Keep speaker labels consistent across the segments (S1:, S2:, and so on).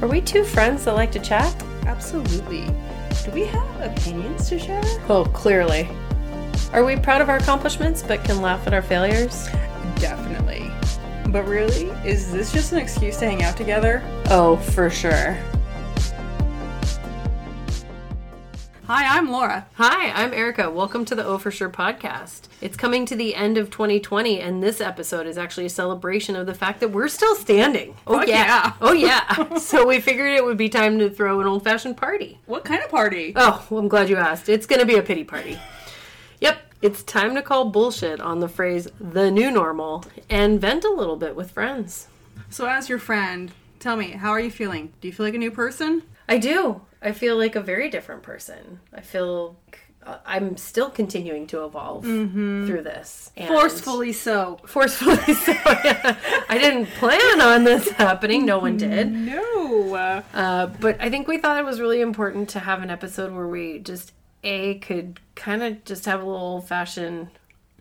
S1: Are we two friends that like to chat?
S2: Absolutely. Do we have opinions to share?
S1: Oh, clearly. Are we proud of our accomplishments but can laugh at our failures?
S2: Definitely. But really, is this just an excuse to hang out together?
S1: Oh, for sure.
S2: Hi, I'm Laura.
S1: Hi, I'm Erica. Welcome to the Oh For Sure podcast. It's coming to the end of 2020, and this episode is actually a celebration of the fact that we're still standing. Oh,
S2: Fuck yeah.
S1: Oh, yeah. so we figured it would be time to throw an old fashioned party.
S2: What kind of party?
S1: Oh, well, I'm glad you asked. It's going to be a pity party. Yep, it's time to call bullshit on the phrase the new normal and vent a little bit with friends.
S2: So, as your friend, tell me, how are you feeling? Do you feel like a new person?
S1: I do. I feel like a very different person. I feel like I'm still continuing to evolve through this. And
S2: Forcefully so.
S1: Forcefully. So, yeah. I didn't plan on this happening. No one did.
S2: No. Uh,
S1: Uh, but I think we thought it was really important to have an episode where we just, A, could kind of just have a little old fashioned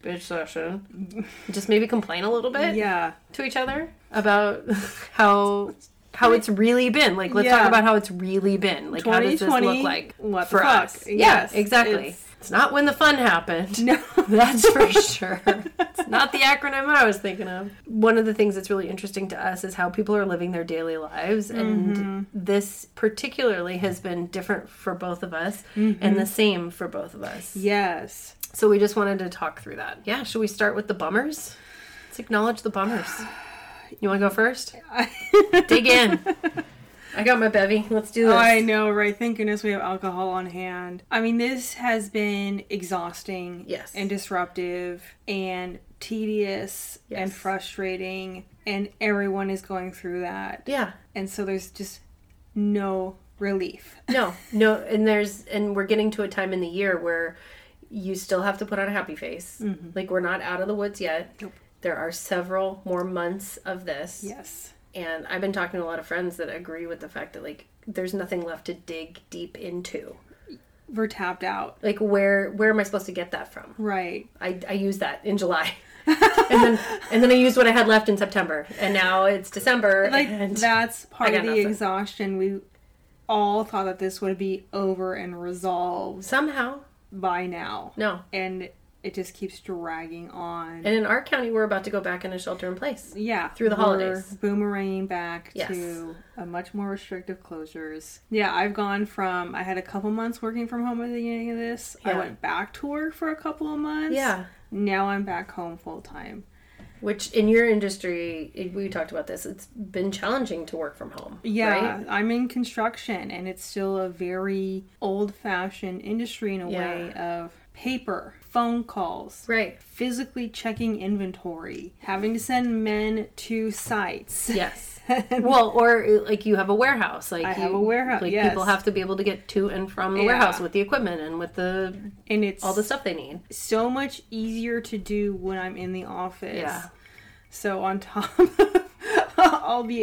S1: bitch session. Just maybe complain a little bit
S2: yeah.
S1: to each other about how. How it's really been. Like, let's talk
S2: Yeah. about
S1: about how it's really been. Like, how does this look
S2: 2020,
S1: like
S2: what the
S1: for
S2: fuck?
S1: us?
S2: Yes,
S1: yeah, exactly.
S2: it's-
S1: It's... not when the fun happened.
S2: No.
S1: That's for sure. It's not the acronym I was thinking of. One of the things that's really interesting to us is how people are living their daily lives. And this particularly has been different for both of us and the same for both of us.
S2: Yes.
S1: So we just wanted to talk through that. Yeah, should we start with the bummers? Let's acknowledge the bummers. You want to go first? Dig in. I got my bevy. Let's do this.
S2: Oh, I know, right? Thank goodness we have alcohol on hand. I mean, this has been exhausting,
S1: Yes.
S2: and disruptive, and tedious, and
S1: Yes.
S2: frustrating, and everyone is going through that.
S1: Yeah.
S2: And so there's just no relief.
S1: No, no, and there's and we're getting to a time in the year where you still have to put on a happy face. Like we're not out of the woods yet.
S2: Mm-hmm. Nope.
S1: There are several more months of this.
S2: Yes.
S1: And I've been talking to a lot of friends that agree with the fact that like there's nothing left to dig deep into.
S2: We're tapped out.
S1: Like where where am I supposed to get that from?
S2: Right.
S1: I I used that in July. and then and then I used what I had left in September. And now it's December
S2: Like
S1: and
S2: that's part
S1: got
S2: of the
S1: nothing.
S2: exhaustion. We all thought that this would be over and resolved
S1: somehow
S2: by now.
S1: no.
S2: And it just keeps dragging on.
S1: And in our county we're about to go back into shelter in place.
S2: yeah
S1: Through the
S2: we're
S1: holidays.
S2: boomeranging back
S1: Yes.
S2: to a much more restrictive closures yeah i've gone from i had a couple months working from home at the beginning of this i
S1: Yeah.
S2: went back to work for a couple of months
S1: Yeah.
S2: now i'm back home full time
S1: Which in your industry, it- we talked about this. It's been challenging to work from home.
S2: yeah
S1: right?
S2: i'm in construction and it's still a very old fashioned industry in a
S1: Yeah.
S2: way of paper phone calls
S1: right.
S2: physically checking inventory having to send men to sites
S1: Yes. well, or like you have a warehouse. Like
S2: I
S1: you,
S2: have a warehouse,
S1: Like
S2: yes.
S1: people have to be able to get to and from the
S2: Yeah.
S1: warehouse with the equipment and with the
S2: and it's
S1: all the stuff they need.
S2: so much easier to do when I'm in the office.
S1: Yeah.
S2: So on top of all the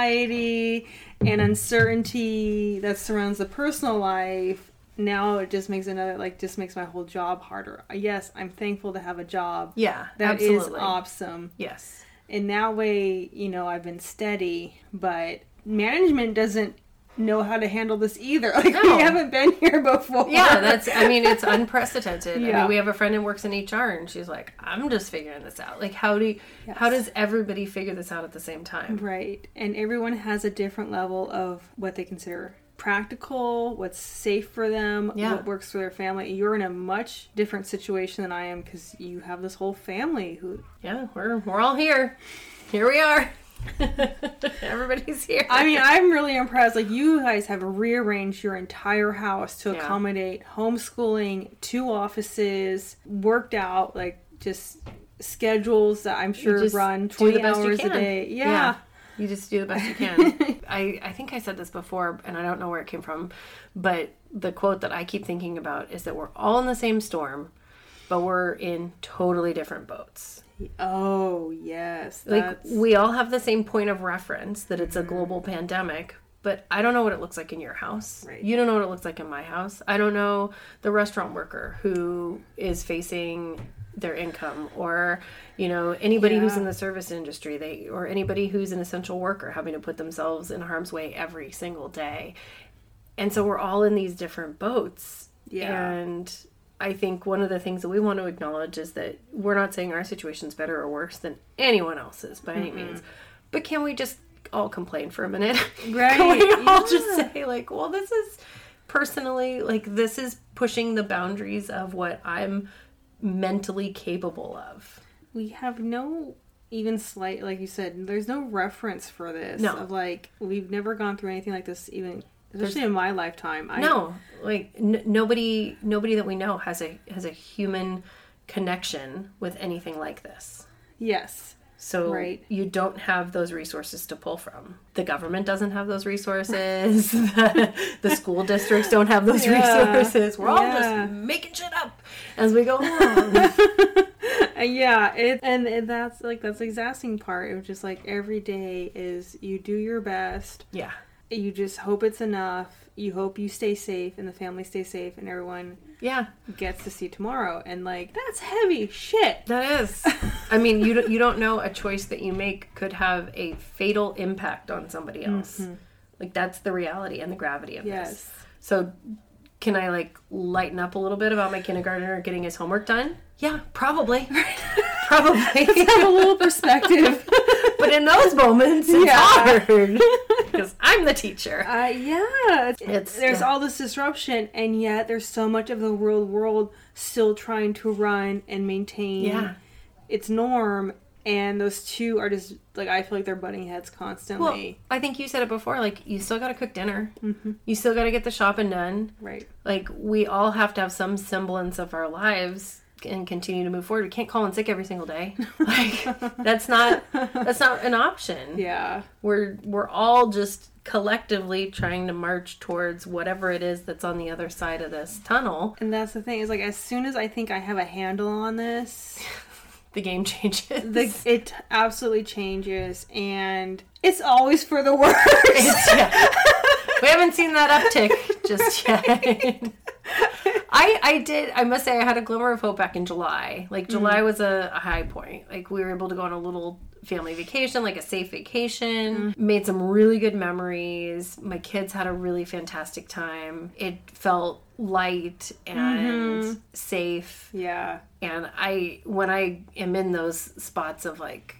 S2: anxiety and uncertainty that surrounds the personal life, now it just makes another like just makes my whole job harder. Uh, Yes, I'm thankful to have a job.
S1: Yeah.
S2: that is
S1: absolutely.
S2: awesome.
S1: yes.
S2: In that way, you know, I've been steady, but management doesn't know how to handle this either. Like
S1: No.
S2: we haven't been here before.
S1: Yeah, that's. I mean, it's unprecedented. I
S2: Yeah.
S1: mean, we have a friend who works in HR, and she's like, "I'm just figuring this out. Like, how do you, how does everybody figure this out at the same time?
S2: Right. And everyone has a different level of what they consider practical, what's safe for them,
S1: Yeah.
S2: what works for their family. You're in a much different situation than I am because you have this whole family who.
S1: Yeah, we're we're all here. Here we are. Everybody's here.
S2: I mean, I'm really impressed. Like, you guys have rearranged your entire house to
S1: Yeah.
S2: accommodate homeschooling, two offices, worked out, like, just schedules that I'm sure
S1: just
S2: run
S1: do
S2: 20
S1: the best you
S2: hours
S1: can.
S2: a day. Yeah.
S1: You just do the best you can. I, I think I said this before, and I don't know where it came from, but the quote that I keep thinking about is that we're all in the same storm, but we're in totally different boats.
S2: Oh, yes.
S1: Like,
S2: that's- Mm-hmm.
S1: we all have the same point of reference that it's a global pandemic. But I don't know what it looks like in your house.
S2: Right.
S1: You don't know what it looks like in my house. I don't know the restaurant worker who is facing their income or you know anybody who's
S2: Yeah.
S1: in the service industry they or anybody who's an essential worker having to put themselves in harm's way every single day and so we're all in these different boats
S2: Yeah.
S1: and i think one of the things that we want to acknowledge is that we're not saying our situation's better or worse than anyone else's by any means but can we just all complain for a minute can we
S2: Right,
S1: all just say like well this is personally like this is pushing the boundaries of what i'm mentally capable of
S2: we have no even slight like you said there's no reference for this
S1: No.
S2: of like we've never gone through anything like this even especially in my lifetime I,
S1: no like n- nobody nobody that we know has a has a human connection with anything like this
S2: yes
S1: so
S2: Right.
S1: you don't have those resources to pull from the government doesn't have those resources the, the school districts don't have those
S2: Yeah.
S1: resources we're all
S2: Yeah.
S1: just making shit up as we go along
S2: Uh, yeah it, and, and that's like that's the exhausting part it was just like every day is you do your best
S1: yeah
S2: you just hope it's enough you hope you stay safe and the family stays safe and everyone
S1: yeah
S2: gets to see tomorrow and like that's heavy shit
S1: That is. I mean, you don't, you don't know a choice that you make could have a fatal impact on somebody else. Like that's the reality and the gravity of this.
S2: Mm-hmm. yes
S1: So can I like lighten up a little bit about my kindergartner getting his homework done? Yeah, probably. probably.
S2: have a little perspective
S1: but in those moments, it's
S2: Yeah.
S1: hard because I'm the teacher.
S2: Uh, yeah,
S1: It's-
S2: there's
S1: yeah.
S2: all this disruption, and yet there's so much of the real world still trying to run and maintain
S1: Yeah.
S2: its norm, and those two are just like I feel like they're butting heads
S1: Well,
S2: constantly.
S1: I think you said it before. Like, you still got to cook dinner. You still got to get the shopping done.
S2: right?
S1: like we all have to have some semblance of our lives and continue to move forward. We can't call in sick every single day. Like that's not that's not an option.
S2: Yeah,
S1: We're we're all just collectively trying to march towards whatever it is that's on the other side of this tunnel.
S2: and that's the thing is like as soon as I think I have a handle on this,
S1: The game changes.
S2: the, it absolutely changes, and it's always for the worse.
S1: It's- yeah. We haven't seen that uptick just yet. I I did I must say I had a glimmer of hope back in July. Like
S2: Mm.
S1: July was a, a high point. Like we were able to go on a little family vacation, like a safe
S2: Mm.
S1: vacation. Made some really good memories. My kids had a really fantastic time. It felt light and
S2: Mm-hmm.
S1: safe
S2: yeah,
S1: and i when i am in those spots of like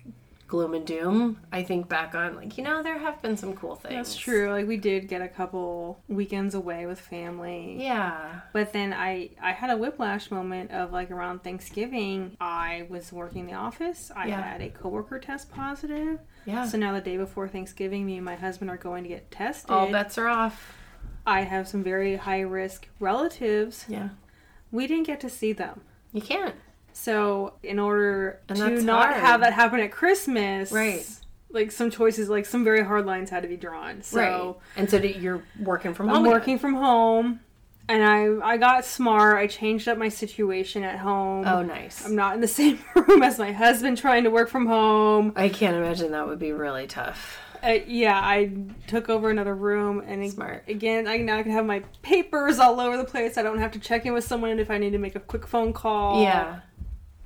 S1: gloom and doom i think back on like you know there have been some cool things
S2: that's true. Like we did get a couple weekends away with family.
S1: yeah
S2: But then I I had a whiplash moment of like around Thanksgiving. I was working the office. I
S1: Yeah.
S2: had a coworker test positive.
S1: yeah
S2: So now the day before Thanksgiving, me and my husband are going to get tested.
S1: all bets are off
S2: I have some very high risk relatives.
S1: yeah
S2: We didn't get to see them.
S1: you can't
S2: So in order
S1: And
S2: to
S1: that's
S2: not
S1: hard.
S2: have that happen at Christmas,
S1: Right.
S2: Like some choices, like some very hard lines had to be drawn. So
S1: and so that you're working from home
S2: I'm
S1: again.
S2: working from home, and I I got smart. I changed up my situation at home.
S1: oh nice
S2: I'm not in the same room as my husband trying to work from home.
S1: i can't imagine that would be really tough
S2: Uh, yeah, I took over another room, and ag-
S1: Smart.
S2: again, I now can have my papers all over the place. I don't have to check in with someone if I need to make a quick phone call.
S1: yeah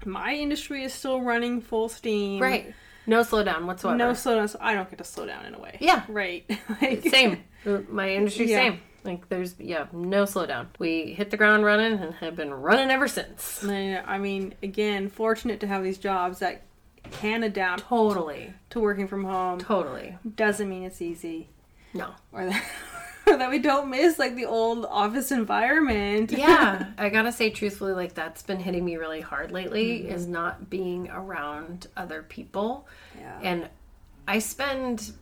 S2: my industry is still running full steam.
S1: right no slowdown whatsoever
S2: No slowdown, so I don't get to slow down in a way.
S1: Yeah.
S2: Right. like,
S1: same my industry
S2: Yeah.
S1: same like there's yeah no slowdown we hit the ground running and have been running ever since
S2: I mean, again, fortunate to have these jobs that can adapt
S1: totally
S2: to working from home.
S1: totally
S2: Doesn't mean it's easy.
S1: no
S2: or that, or that we don't miss like the old office environment.
S1: yeah i gotta say truthfully like that's been hitting me really hard lately is not being around other people
S2: Yeah.
S1: and i spend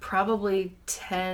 S1: probably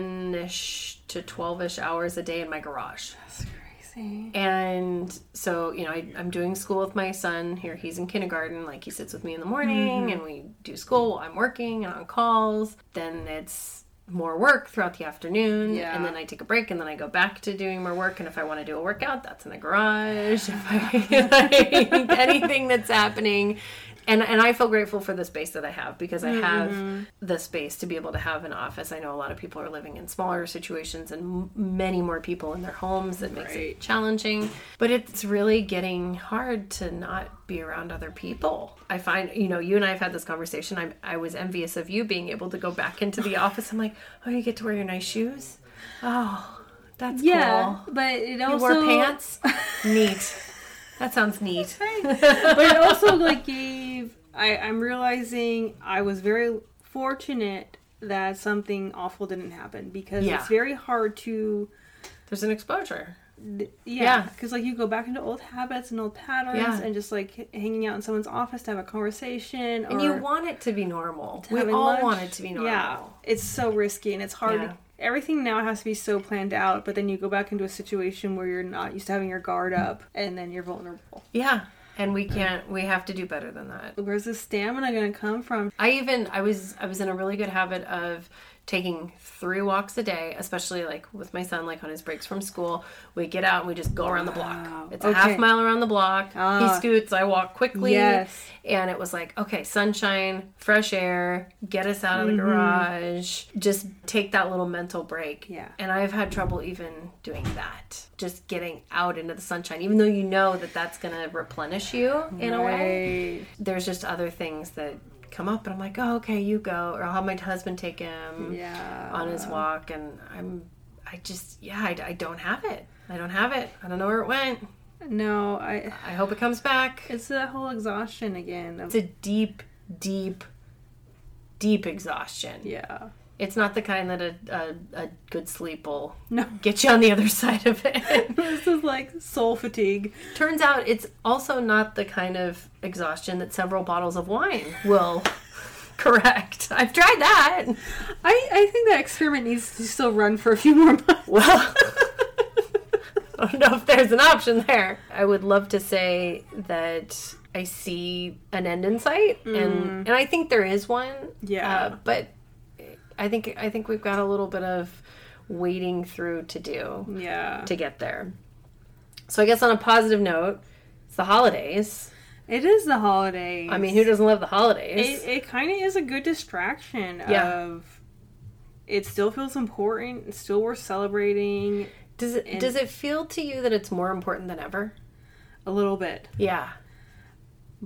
S1: 10ish to 12ish hours a day in my garage
S2: That's crazy.
S1: and so you know I, i'm doing school with my son here he's in kindergarten like he sits with me in the morning and we do school while i'm working and on calls then it's more work throughout the afternoon
S2: Yeah.
S1: and then i take a break and then i go back to doing more work and if i want to do a workout that's in the garage if I, like, anything that's happening and and I feel grateful for the space that I have because I have the space to be able to have an office. I know a lot of people are living in smaller situations and m- many more people in their homes that makes
S2: Right.
S1: it challenging, but it's really getting hard to not be around other people. I find, you know, you and I have had this conversation. I I was envious of you being able to go back into the office. I'm like, "Oh, you get to wear your nice shoes?" Oh, that's
S2: Yeah,
S1: cool.
S2: but it
S1: You
S2: also
S1: wore pants? neat. That sounds neat.
S2: but it also like gave I, I'm realizing I was very fortunate that something awful didn't happen because
S1: Yeah.
S2: it's very hard to
S1: There's an exposure.
S2: th- yeah
S1: Yeah.
S2: because like you go back into old habits and old patterns
S1: Yeah.
S2: and just like h- hanging out in someone's office to have a conversation
S1: And
S2: or
S1: you want it to be normal. We all
S2: having lunch.
S1: want it to be normal.
S2: yeah it's so risky and it's hard
S1: Yeah.
S2: everything now has to be so planned out but then you go back into a situation where you're not used to having your guard up and then you're vulnerable
S1: Yeah. And we can't we have to do better than that.
S2: where's the stamina gonna come from
S1: I even I was I was in a really good habit of taking three walks a day, especially like with my son, like on his breaks from school. We get out and we just go around the block.
S2: Wow.
S1: It's a half
S2: Okay.
S1: mile around the block.
S2: Ah.
S1: He scoots, I walk quickly.
S2: Yes.
S1: And it was like, okay, sunshine, fresh air, get us out of the
S2: Mm-hmm.
S1: garage. Just take that little mental break.
S2: Yeah.
S1: And I've had trouble even doing that. Just getting out into the sunshine, even though you know that that's going to replenish you in a way
S2: Right.
S1: there's just other things that come up and I'm like, oh, okay, you go, or I'll have my husband take him
S2: yeah
S1: on his walk, and I'm, I just, yeah, I, I don't have it. I don't have it. I don't know where it went.
S2: no i
S1: I hope it comes back.
S2: it's that whole exhaustion again of,
S1: It's a deep, deep, deep exhaustion.
S2: yeah
S1: It's not the kind that a, a, a good sleep will
S2: no
S1: get you on the other side of it.
S2: this is like soul fatigue
S1: Turns out it's also not the kind of exhaustion that several bottles of wine will correct. I've tried that.
S2: I, I think that experiment needs to still run for a few more months.
S1: Well, I don't know if there's an option there. I would love to say that I see an end in sight, and and I think there is one.
S2: Yeah.
S1: uh, but I think I think we've got a little bit of wading through to do
S2: Yeah.
S1: to get there. So I guess on a positive note, it's the holidays.
S2: It is the holidays.
S1: I mean, who doesn't love the holidays?
S2: it, it kind of is a good distraction
S1: Yeah.
S2: of it still feels important, it's still worth celebrating
S1: does it
S2: and-
S1: does it feel to you that it's more important than ever?
S2: a little bit.
S1: Yeah,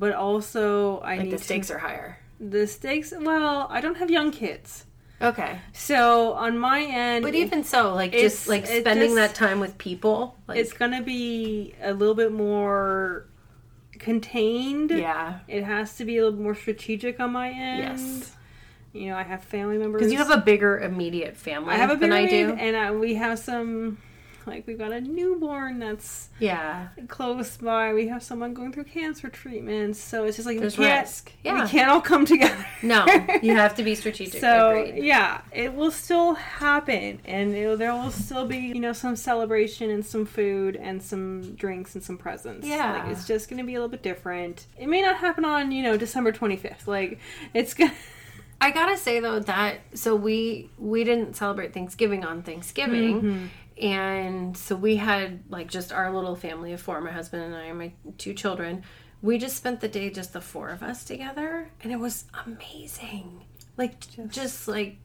S2: But also I
S1: like
S2: need
S1: the stakes are higher.
S2: to, the stakes well, I don't have young kids.
S1: Okay.
S2: So on my end
S1: But even so, like
S2: It's-
S1: just like
S2: it
S1: spending
S2: just-
S1: that time with people, like
S2: it's gonna be a little bit more contained.
S1: yeah,
S2: It has to be a little more strategic on my end.
S1: yes,
S2: You know, I have family members.
S1: because you have a bigger immediate family
S2: I have a
S1: than I
S2: pyramid,
S1: do.
S2: and I, we have some. Like we've got a newborn that's
S1: yeah,
S2: close by. We have someone going through cancer treatments, so it's just like
S1: There's
S2: we can't.
S1: risk. Yeah.
S2: we can't all come together.
S1: no, you have to be strategic.
S2: so
S1: Agreed.
S2: yeah, it will still happen, and it, there will still be you know some celebration and some food and some drinks and some presents.
S1: Yeah.
S2: like, it's just gonna be a little bit different. It may not happen on you know December twenty fifth. Like it's gonna.
S1: I gotta say though that so we we didn't celebrate Thanksgiving on Thanksgiving.
S2: Mm-hmm.
S1: And so we had like just our little family of four, my husband and I and my two children. We just spent the day just the four of us together and it was amazing. Like just, like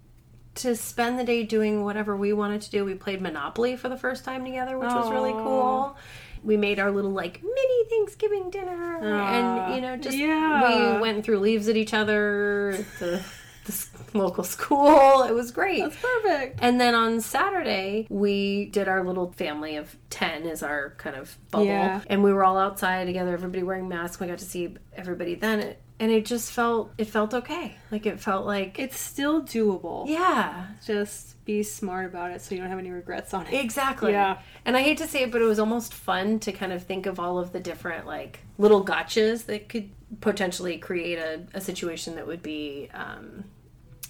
S1: to spend the day doing whatever we wanted to do. We played Monopoly for the first time together, which was really
S2: Aw.
S1: cool. We made our little like mini Thanksgiving dinner and you know just
S2: Yeah.
S1: we went through leaves at each other at the, the s- local school. It was great.
S2: That's perfect.
S1: And then on Saturday, we did our little family of 10 as our kind of bubble.
S2: Yeah.
S1: And we were all outside together, everybody wearing masks. We got to see everybody then. And it just felt, it felt okay. Like it felt like,
S2: It's still doable.
S1: yeah,
S2: Just be smart about it so you don't have any regrets on it.
S1: exactly.
S2: Yeah.
S1: And I hate to say it, but it was almost fun to kind of think of all of the different like little gotchas that could potentially create a, a situation that would be um,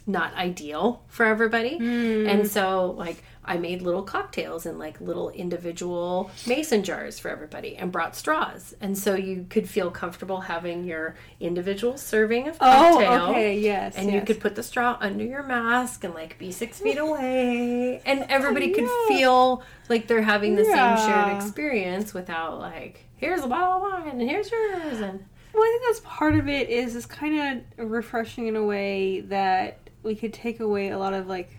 S1: not ideal for everybody.
S2: Hmm.
S1: And so, like, I made little cocktails in like little individual mason jars for everybody and brought straws. And so you could feel comfortable having your individual serving of
S2: Oh,
S1: cocktail.
S2: okay, yes.
S1: And you could put the straw under your mask and like be six feet away. And everybody could
S2: Yeah.
S1: feel like they're having the same shared
S2: Yeah.
S1: experience without like, here's a bottle of wine and here's yours. And
S2: Well, I think that's part of it. Is it's kind of refreshing in a way that we could take away a lot of like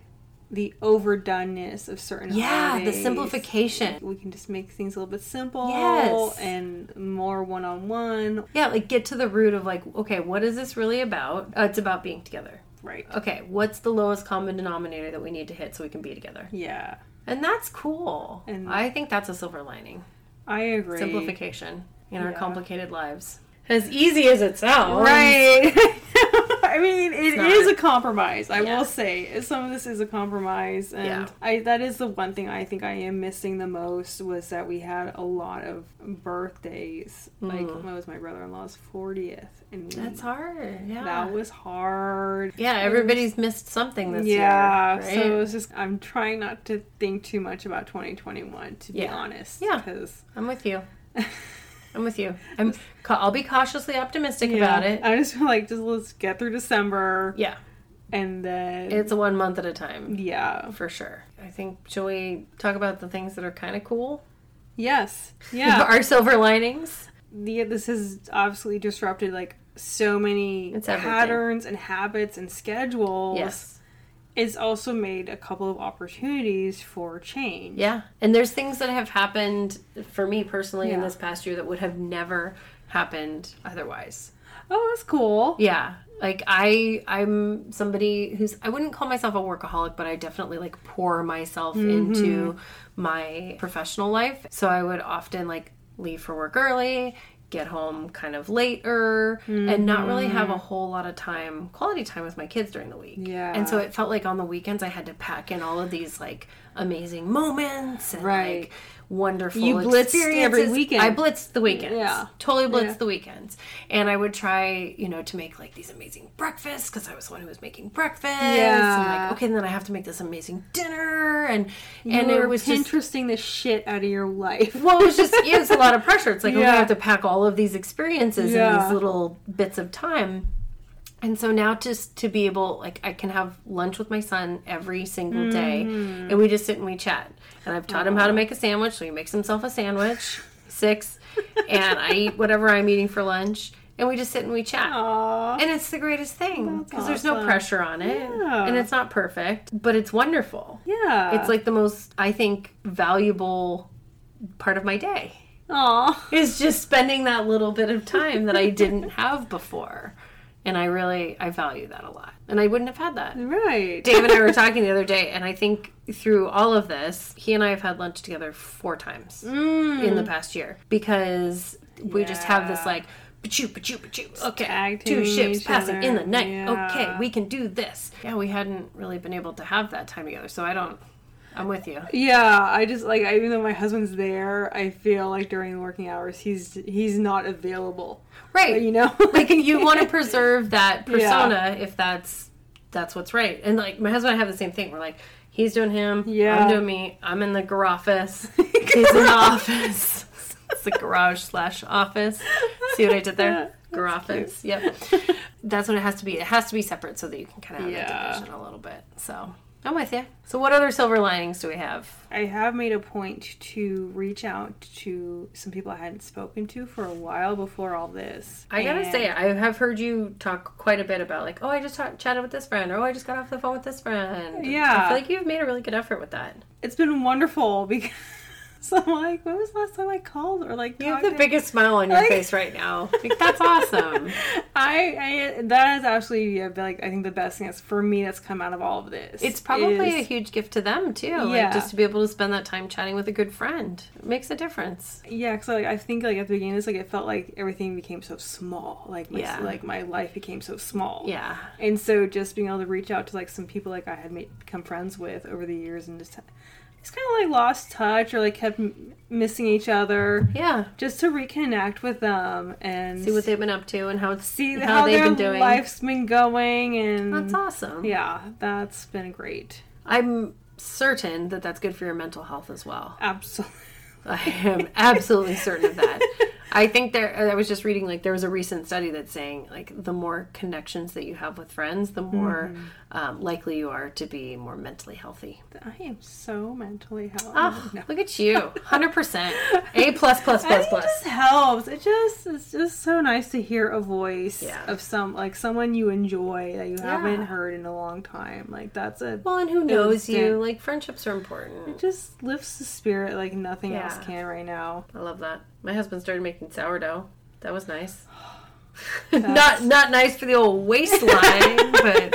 S2: the overdoneness of certain.
S1: Yeah, the
S2: holidays.
S1: simplification.
S2: We can just make things a little bit simple.
S1: Yes.
S2: and more one on one.
S1: Yeah, like get to the root of like, okay, what is this really about? Uh, it's about being together.
S2: Right.
S1: Okay, what's the lowest common denominator that we need to hit so we can be together?
S2: Yeah,
S1: And that's cool.
S2: And-
S1: I think that's a silver lining.
S2: I agree.
S1: Simplification in our
S2: Yeah.
S1: complicated lives. As easy as it sounds.
S2: Right. I mean, it
S1: Um, not-
S2: is a compromise. I
S1: Yeah.
S2: will say some of this is a compromise, and
S1: Yeah.
S2: I that is the one thing I think I am missing the most was that we had a lot of birthdays. Like
S1: Mm.
S2: when was my brother in law's fortieth, and we-
S1: That's hard. Yeah.
S2: that was hard.
S1: yeah, everybody's missed something this
S2: yeah,
S1: year.
S2: so
S1: right?
S2: it's just I'm trying not to think too much about 2021 to be
S1: Yeah.
S2: honest.
S1: Yeah.
S2: because
S1: I'm with you. I'm with you. I'm. ca- I'll be cautiously optimistic about it.
S2: I just feel like just let's get through December
S1: Yeah,
S2: and then
S1: it's one month at a time
S2: yeah.
S1: for sure. I think. Shall we talk about the things that are kind of cool?
S2: Yes. Yeah.
S1: Our silver linings.
S2: the, this has obviously disrupted like so many
S1: It's everything.
S2: patterns and habits and schedules.
S1: Yes.
S2: It's also made a couple of opportunities for change.
S1: Yeah. And there's things that have happened for me personally in
S2: Yeah.
S1: this past year that would have never happened otherwise.
S2: Oh, that's cool.
S1: Yeah. Like I I'm somebody who's I wouldn't call myself a workaholic, but I definitely like pour myself
S2: Mm-hmm.
S1: into my professional life. So I would often like leave for work early, get home kind of later, and not really have a whole lot of time, quality time with my kids during the week.
S2: Mm-hmm. Yeah.
S1: And so it felt like on the weekends I had to pack in all of these like amazing moments and
S2: Right.
S1: like wonderful
S2: You blitzed
S1: experiences.
S2: every weekend.
S1: I blitzed the weekends.
S2: Yeah.
S1: Totally blitzed
S2: Yeah.
S1: the weekends. And I would try, you know, to make like these amazing breakfasts because I was the one who was making breakfast. And
S2: Yeah.
S1: like, okay, and then I have to make this amazing dinner. And
S2: You
S1: and
S2: were
S1: it was just
S2: interesting the shit out of your life.
S1: well, it was just yeah, it's a lot of pressure. It's like okay, I
S2: Yeah.
S1: have to pack all of these experiences in
S2: Yeah.
S1: these little bits of time. And so now just to be able like I can have lunch with my son every single day
S2: Mm-hmm.
S1: and we just sit and we chat. And I've taught him how to make a sandwich, so he makes himself a sandwich, six, and I eat whatever I'm eating for lunch and we just sit and we chat.
S2: Aw.
S1: And it's the greatest thing
S2: That's
S1: because there's no
S2: awesome.
S1: pressure on it
S2: Yeah.
S1: and it's not perfect, but it's wonderful.
S2: Yeah.
S1: It's like the most I think valuable part of my day
S2: Aw.
S1: is just spending that little bit of time that I didn't have before. And I really I value that a lot. And I wouldn't have had that.
S2: Right.
S1: Dave and I were talking the other day and I think through all of this, he and I have had lunch together four times
S2: Mm.
S1: in the past year because we just have this
S2: Yeah.
S1: like Pachoo, pachoo, pachoo. Okay,
S2: tag
S1: two
S2: teaming
S1: ships
S2: each
S1: passing in the
S2: other.
S1: night.
S2: Yeah.
S1: Okay, we can do this. Yeah, we hadn't really been able to have that time together, so I don't. I'm with you.
S2: Yeah, I just like even though my husband's there, I feel like during working hours he's he's not available.
S1: Right,
S2: You know,
S1: like you want to preserve that persona if that's that's what's right. And like my husband and I have the same thing. We're like, he's doing him,
S2: Yeah.
S1: I'm doing me. I'm in the garage office. He's in the office. It's a garage slash office. See what I did there? Garage office. Yep. That's what it has to be. It has to be separate so that you can kind of have
S2: Yeah.
S1: that division a little bit. So I'm with you. So what other silver linings do we have?
S2: I have made a point to reach out to some people I hadn't spoken to for a while before all this.
S1: I gotta
S2: And-
S1: say, I have heard you talk quite a bit about like, oh, I just talk, chatted with this friend, or oh, I just got off the phone with this friend.
S2: Yeah.
S1: I feel like you've made a really good effort with that.
S2: it's been wonderful because I'm like, when was the last time I called or like
S1: You have
S2: talked
S1: the
S2: to-
S1: biggest smile on your
S2: Like-
S1: face right now. Like, that's awesome.
S2: I, I that is actually yeah, like I think the best thing that's for me that's come out of all of this.
S1: It's probably a
S2: is-
S1: huge gift to them too. Like
S2: Yeah.
S1: just to be able to spend that time chatting with a good friend it makes a difference.
S2: Yeah, because like I think like at the beginning of this, like it felt like everything became so small. Like my
S1: Yeah.
S2: like my life became so small.
S1: Yeah.
S2: And so just being able to reach out to like some people like I had made, become friends with over the years and just just kind of like lost touch or like kept m- missing each other.
S1: Yeah.
S2: Just to reconnect with them and
S1: See what they've been up to and how it's
S2: see
S1: how
S2: how,
S1: they've
S2: their
S1: been doing.
S2: life's been going and
S1: that's awesome.
S2: yeah, that's been great.
S1: I'm certain that that's good for your mental health as well.
S2: Absolutely.
S1: I am absolutely certain of that. I think there. I was just reading like there was a recent study that's saying like the more connections that you have with friends, the more
S2: Mm-hmm.
S1: um, likely you are to be more mentally healthy.
S2: I am so mentally healthy.
S1: Oh,
S2: Ah, No.
S1: look at you, hundred percent. A plus plus
S2: I
S1: plus
S2: think it
S1: plus.
S2: just helps. It just it's just so nice to hear a voice
S1: Yeah.
S2: of some like someone you enjoy that you haven't
S1: Yeah.
S2: heard in a long time. Like that's a
S1: Well, and who knows you?
S2: Instant.
S1: Like friendships are important.
S2: just lifts the spirit like nothing else
S1: Yeah.
S2: can right now.
S1: I love that. My husband started making sourdough. That was nice. not not nice for the old waistline, but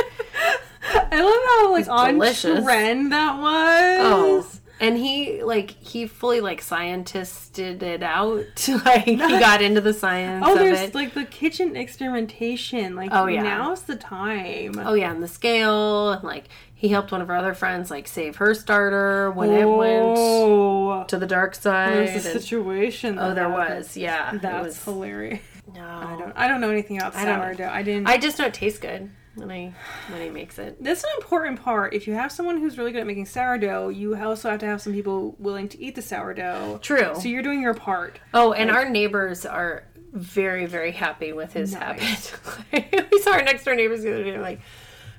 S2: I love how like on
S1: delicious.
S2: trend that was.
S1: oh. And he like he fully like scientisted it out. like he got into the science
S2: Oh,
S1: of
S2: there's
S1: it.
S2: like the kitchen experimentation. Like,
S1: Oh, yeah.
S2: now's the time.
S1: oh yeah, and the scale and like he helped one of our other friends like save her starter when it went
S2: Oh,
S1: to the dark
S2: there's
S1: side.
S2: a
S1: and-
S2: situation.
S1: oh,
S2: that
S1: there
S2: happened.
S1: was. Yeah, it
S2: That's
S1: was-
S2: hilarious.
S1: No,
S2: I don't. I don't know anything about
S1: I don't know.
S2: sourdough. I didn't.
S1: I just know it tastes good when I when he makes it.
S2: That's an important part. If you have someone who's really good at making sourdough, you also have to have some people willing to eat the sourdough.
S1: True.
S2: So you're doing your part.
S1: Oh, and our neighbors are very, very happy with his
S2: Nice.
S1: habit. we saw our next door neighbors the other day, like,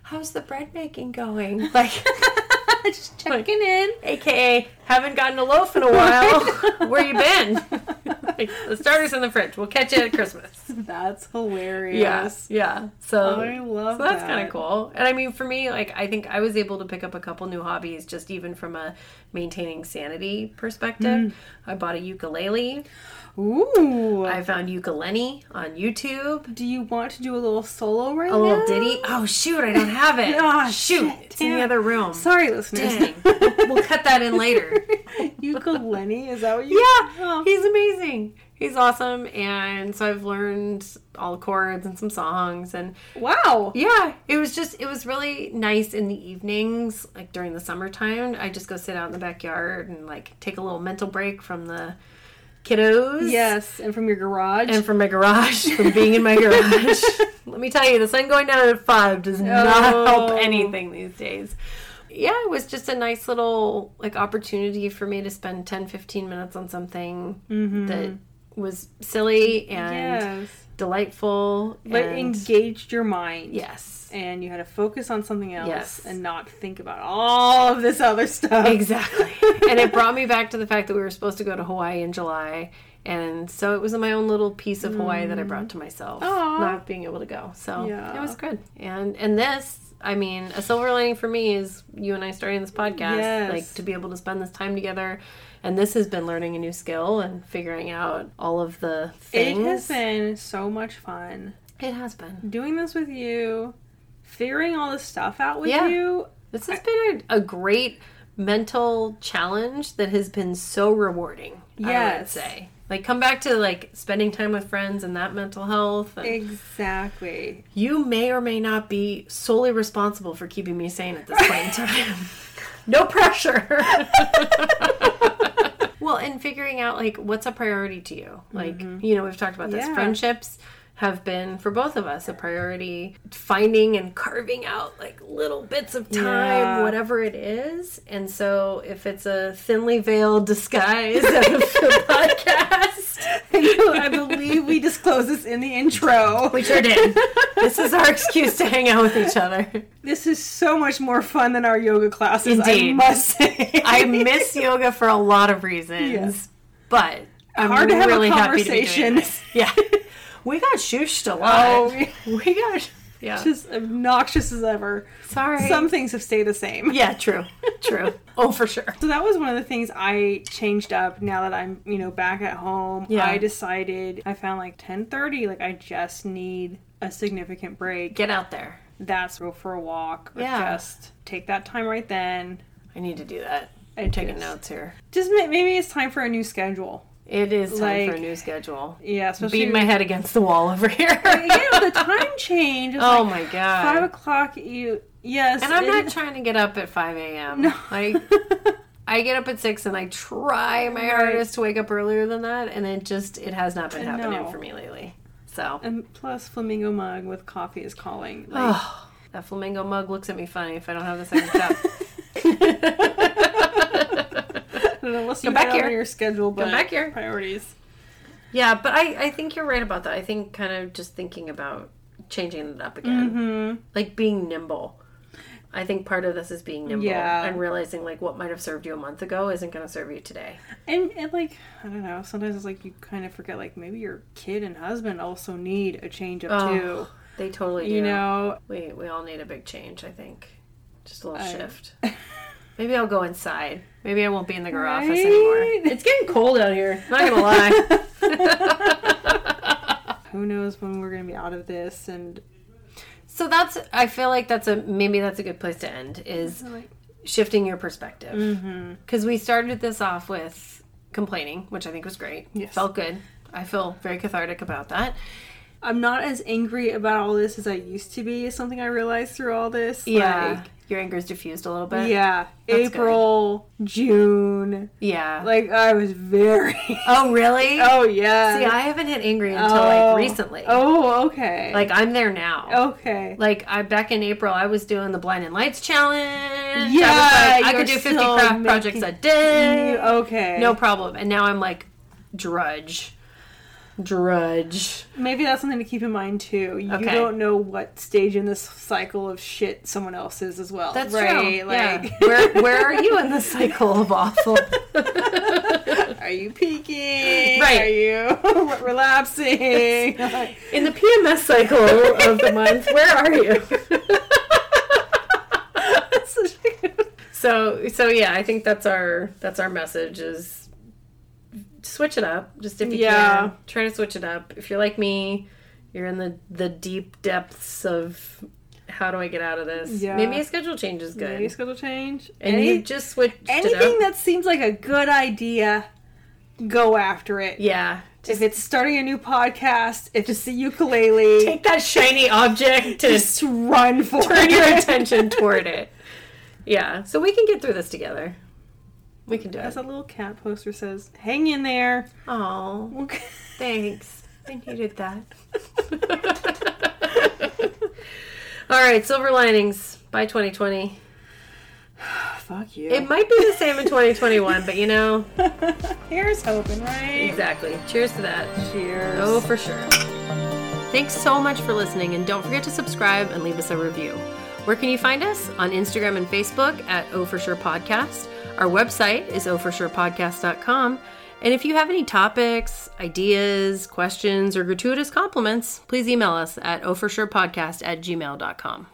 S1: how's the bread making going? Like,
S2: Just checking in.
S1: AKA, haven't gotten a loaf in a while. Where you been? like, the starter's in the fridge. We'll catch you at Christmas.
S2: That's hilarious.
S1: Yes. Yeah. So,
S2: Oh, I love
S1: Oh, so that's kind
S2: that.
S1: of cool. And I mean, for me, like, I think I was able to pick up a couple new hobbies just even from a maintaining sanity
S2: Mm.
S1: perspective. I bought a ukulele.
S2: Ooh.
S1: I found ukulele on YouTube.
S2: Do you want to do a little solo right
S1: A
S2: now?
S1: little ditty? Oh shoot, I don't have it.
S2: Ah,
S1: shoot,
S2: shit,
S1: it's in
S2: damn
S1: the
S2: it.
S1: other room.
S2: Sorry, listeners.
S1: Dang. we'll cut that in later.
S2: Ukulele? Is that what you?
S1: Yeah,
S2: Oh.
S1: he's amazing. He's awesome, and so I've learned all the chords and some songs, and
S2: Wow.
S1: yeah, it was just it was really nice in the evenings, like during the summertime. I just go sit out in the backyard and like take a little mental break from the kiddos.
S2: Yes, and from your garage.
S1: And from my garage, from being in my garage. Let me tell you, the sun going down at five does not help
S2: No.
S1: anything these days. Yeah, it was just a nice little like opportunity for me to spend 10, 15 minutes on something
S2: Mm.
S1: that was silly and
S2: Mm-hmm. yes,
S1: delightful.
S2: but
S1: and-
S2: engaged your mind.
S1: yes,
S2: And you had to focus on something else
S1: Yes.
S2: and not think about all of this other stuff.
S1: exactly. and it brought me back to the fact that we were supposed to go to Hawaii in July. And so it was my own little piece of Hawaii that I brought to myself,
S2: Mm. Aw.
S1: not being able to go. So
S2: Yeah.
S1: it was good. And and this, I mean, a silver lining for me is you and I starting this podcast,
S2: Yes.
S1: like to be able to spend this time together. And this has been learning a new skill and figuring out all of the things.
S2: It has been so much fun
S1: It has been.
S2: doing this with you, figuring all this stuff out with
S1: Yeah.
S2: you.
S1: This has been a, a great mental challenge that has been so rewarding. I would
S2: Yes.
S1: say. Like come back to like spending time with friends and that mental health. and
S2: Exactly.
S1: you may or may not be solely responsible for keeping me sane at this point in time. no pressure. well, and figuring out like what's a priority to you. Like, you know, we've talked about this.
S2: Mm-hmm. Yeah.
S1: Friendships have been for both of us a priority. Finding and carving out like little bits of time,
S2: Yeah.
S1: whatever it is. And so if it's a thinly veiled disguise of the podcast.
S2: I believe we disclosed this in the intro.
S1: We sure did. this is our excuse to hang out with each other.
S2: This is so much more fun than our yoga classes, I
S1: Indeed.
S2: must say.
S1: I miss yoga for a lot of reasons, but I'm
S2: Hard to have a
S1: really happy to be doing
S2: conversation.
S1: this. Yeah, we got shooshed a lot.
S2: Oh, yeah.
S1: we got yeah.
S2: just obnoxious as ever.
S1: Sorry.
S2: Some things have stayed the same.
S1: yeah, true, true. oh, for sure.
S2: So that was one of the things I changed up now that I'm, you know, back at home.
S1: Yeah.
S2: I decided I found like 10:30 like I just need a significant break.
S1: Get out there.
S2: That's go for a walk or
S1: Yeah.
S2: just take that time right then.
S1: I need to do that.
S2: And
S1: Taking
S2: just-
S1: notes here.
S2: Just ma- maybe it's time for a new schedule.
S1: It is time for a
S2: Like- oh,
S1: new schedule.
S2: Yeah, especially
S1: Beat my head against the wall over here.
S2: yeah, the time change. It's
S1: oh
S2: like
S1: my god.
S2: five o'clock. You yes,
S1: and I'm
S2: it-
S1: not trying to get up at 5 a.m.
S2: No.
S1: Like, I get up at six and I try my
S2: Right.
S1: hardest to wake up earlier than that, and it just it has not been happening
S2: No.
S1: for me lately. So
S2: And plus, flamingo mug with coffee is calling. Like,
S1: oh, that flamingo mug looks at me funny if I don't have the second cup.
S2: I don't know, let's
S1: Come
S2: come
S1: back
S2: back
S1: here.
S2: on your schedule, but
S1: back here.
S2: priorities.
S1: Yeah, but I, I think you're right about that. I think kind of just thinking about changing it up again,
S2: Mm-hmm.
S1: like being nimble. I think part of this is being nimble
S2: Yeah.
S1: and realizing like what might have served you a month ago isn't going to serve you today.
S2: And, and like I don't know, sometimes it's like you kind of forget like maybe your kid and husband also need a change up
S1: Oh, they totally
S2: too.
S1: do.
S2: You know,
S1: we we all need a big change. I think just a little
S2: I-
S1: shift. Maybe I'll go inside. Maybe I won't be in the garage
S2: Right?
S1: office anymore. It's getting cold out here. Not gonna lie.
S2: who knows when we're gonna be out of this and
S1: So that's I feel like that's a maybe that's a good place to end is
S2: like
S1: shifting your perspective
S2: Mm-hmm.
S1: because we started this off with complaining, which I think was great.
S2: Yes.
S1: Felt good. I feel very cathartic about that.
S2: I'm not as angry about all this as I used to be. Is something I realized through all this.
S1: Yeah, your anger is diffused a little
S2: Like,
S1: bit.
S2: yeah.
S1: That's
S2: April, June.
S1: yeah.
S2: Like I was very.
S1: oh, really?
S2: oh yeah.
S1: See, I haven't hit angry until
S2: Oh.
S1: like recently.
S2: Oh okay.
S1: Like Oh. I'm there now.
S2: okay.
S1: Like I back in April, I was doing the blind and lights challenge.
S2: Yeah,
S1: I, was like, I
S2: you
S1: could
S2: were
S1: do 50
S2: still
S1: craft
S2: making-
S1: projects a day.
S2: okay.
S1: No problem. And now I'm like, drudge, drudge.
S2: Maybe that's something to keep in mind too. You
S1: Okay.
S2: don't know what stage in this cycle of shit someone else is as well.
S1: That's
S2: right.
S1: true.
S2: Like,
S1: yeah. where where are you in the cycle of awful?
S2: are you peaking?
S1: Right.
S2: Are you re- relapsing?
S1: in the PMS cycle of the month, where are you?
S2: That's such a good-
S1: So so yeah, I think that's our that's our message is switch it up. Just if you
S2: Yeah.
S1: can, try to switch it up. If you're like me, you're in the the deep depths of how do I get out of this?
S2: Yeah.
S1: Maybe a schedule change is good.
S2: Maybe schedule change.
S1: and
S2: Any-
S1: you just switch it
S2: anything
S1: up.
S2: that seems like a good idea, go after it.
S1: yeah.
S2: If it's starting a new podcast, if it's the ukulele,
S1: Take that shiny object to
S2: just run for
S1: turn
S2: it.
S1: your attention toward it. Yeah. So we can get through this together. We can do
S2: As
S1: it.
S2: that little cat poster says, hang in there.
S1: Oh, thanks. I needed that. All right, silver linings by 2020.
S2: Fuck you.
S1: It might be the same in 2021, but you know,
S2: Here's hoping, right?
S1: exactly. Cheers to that.
S2: Cheers.
S1: Oh, for sure. Thanks so much for listening, and don't forget to subscribe and leave us a review. Where can you find us? On Instagram and Facebook at Oh For Sure Podcast. Our website is Oh ohforsurepodcast.com. And if you have any topics, ideas, Oh questions, or gratuitous compliments, please email us at ohforsurepodcast at gmail.com.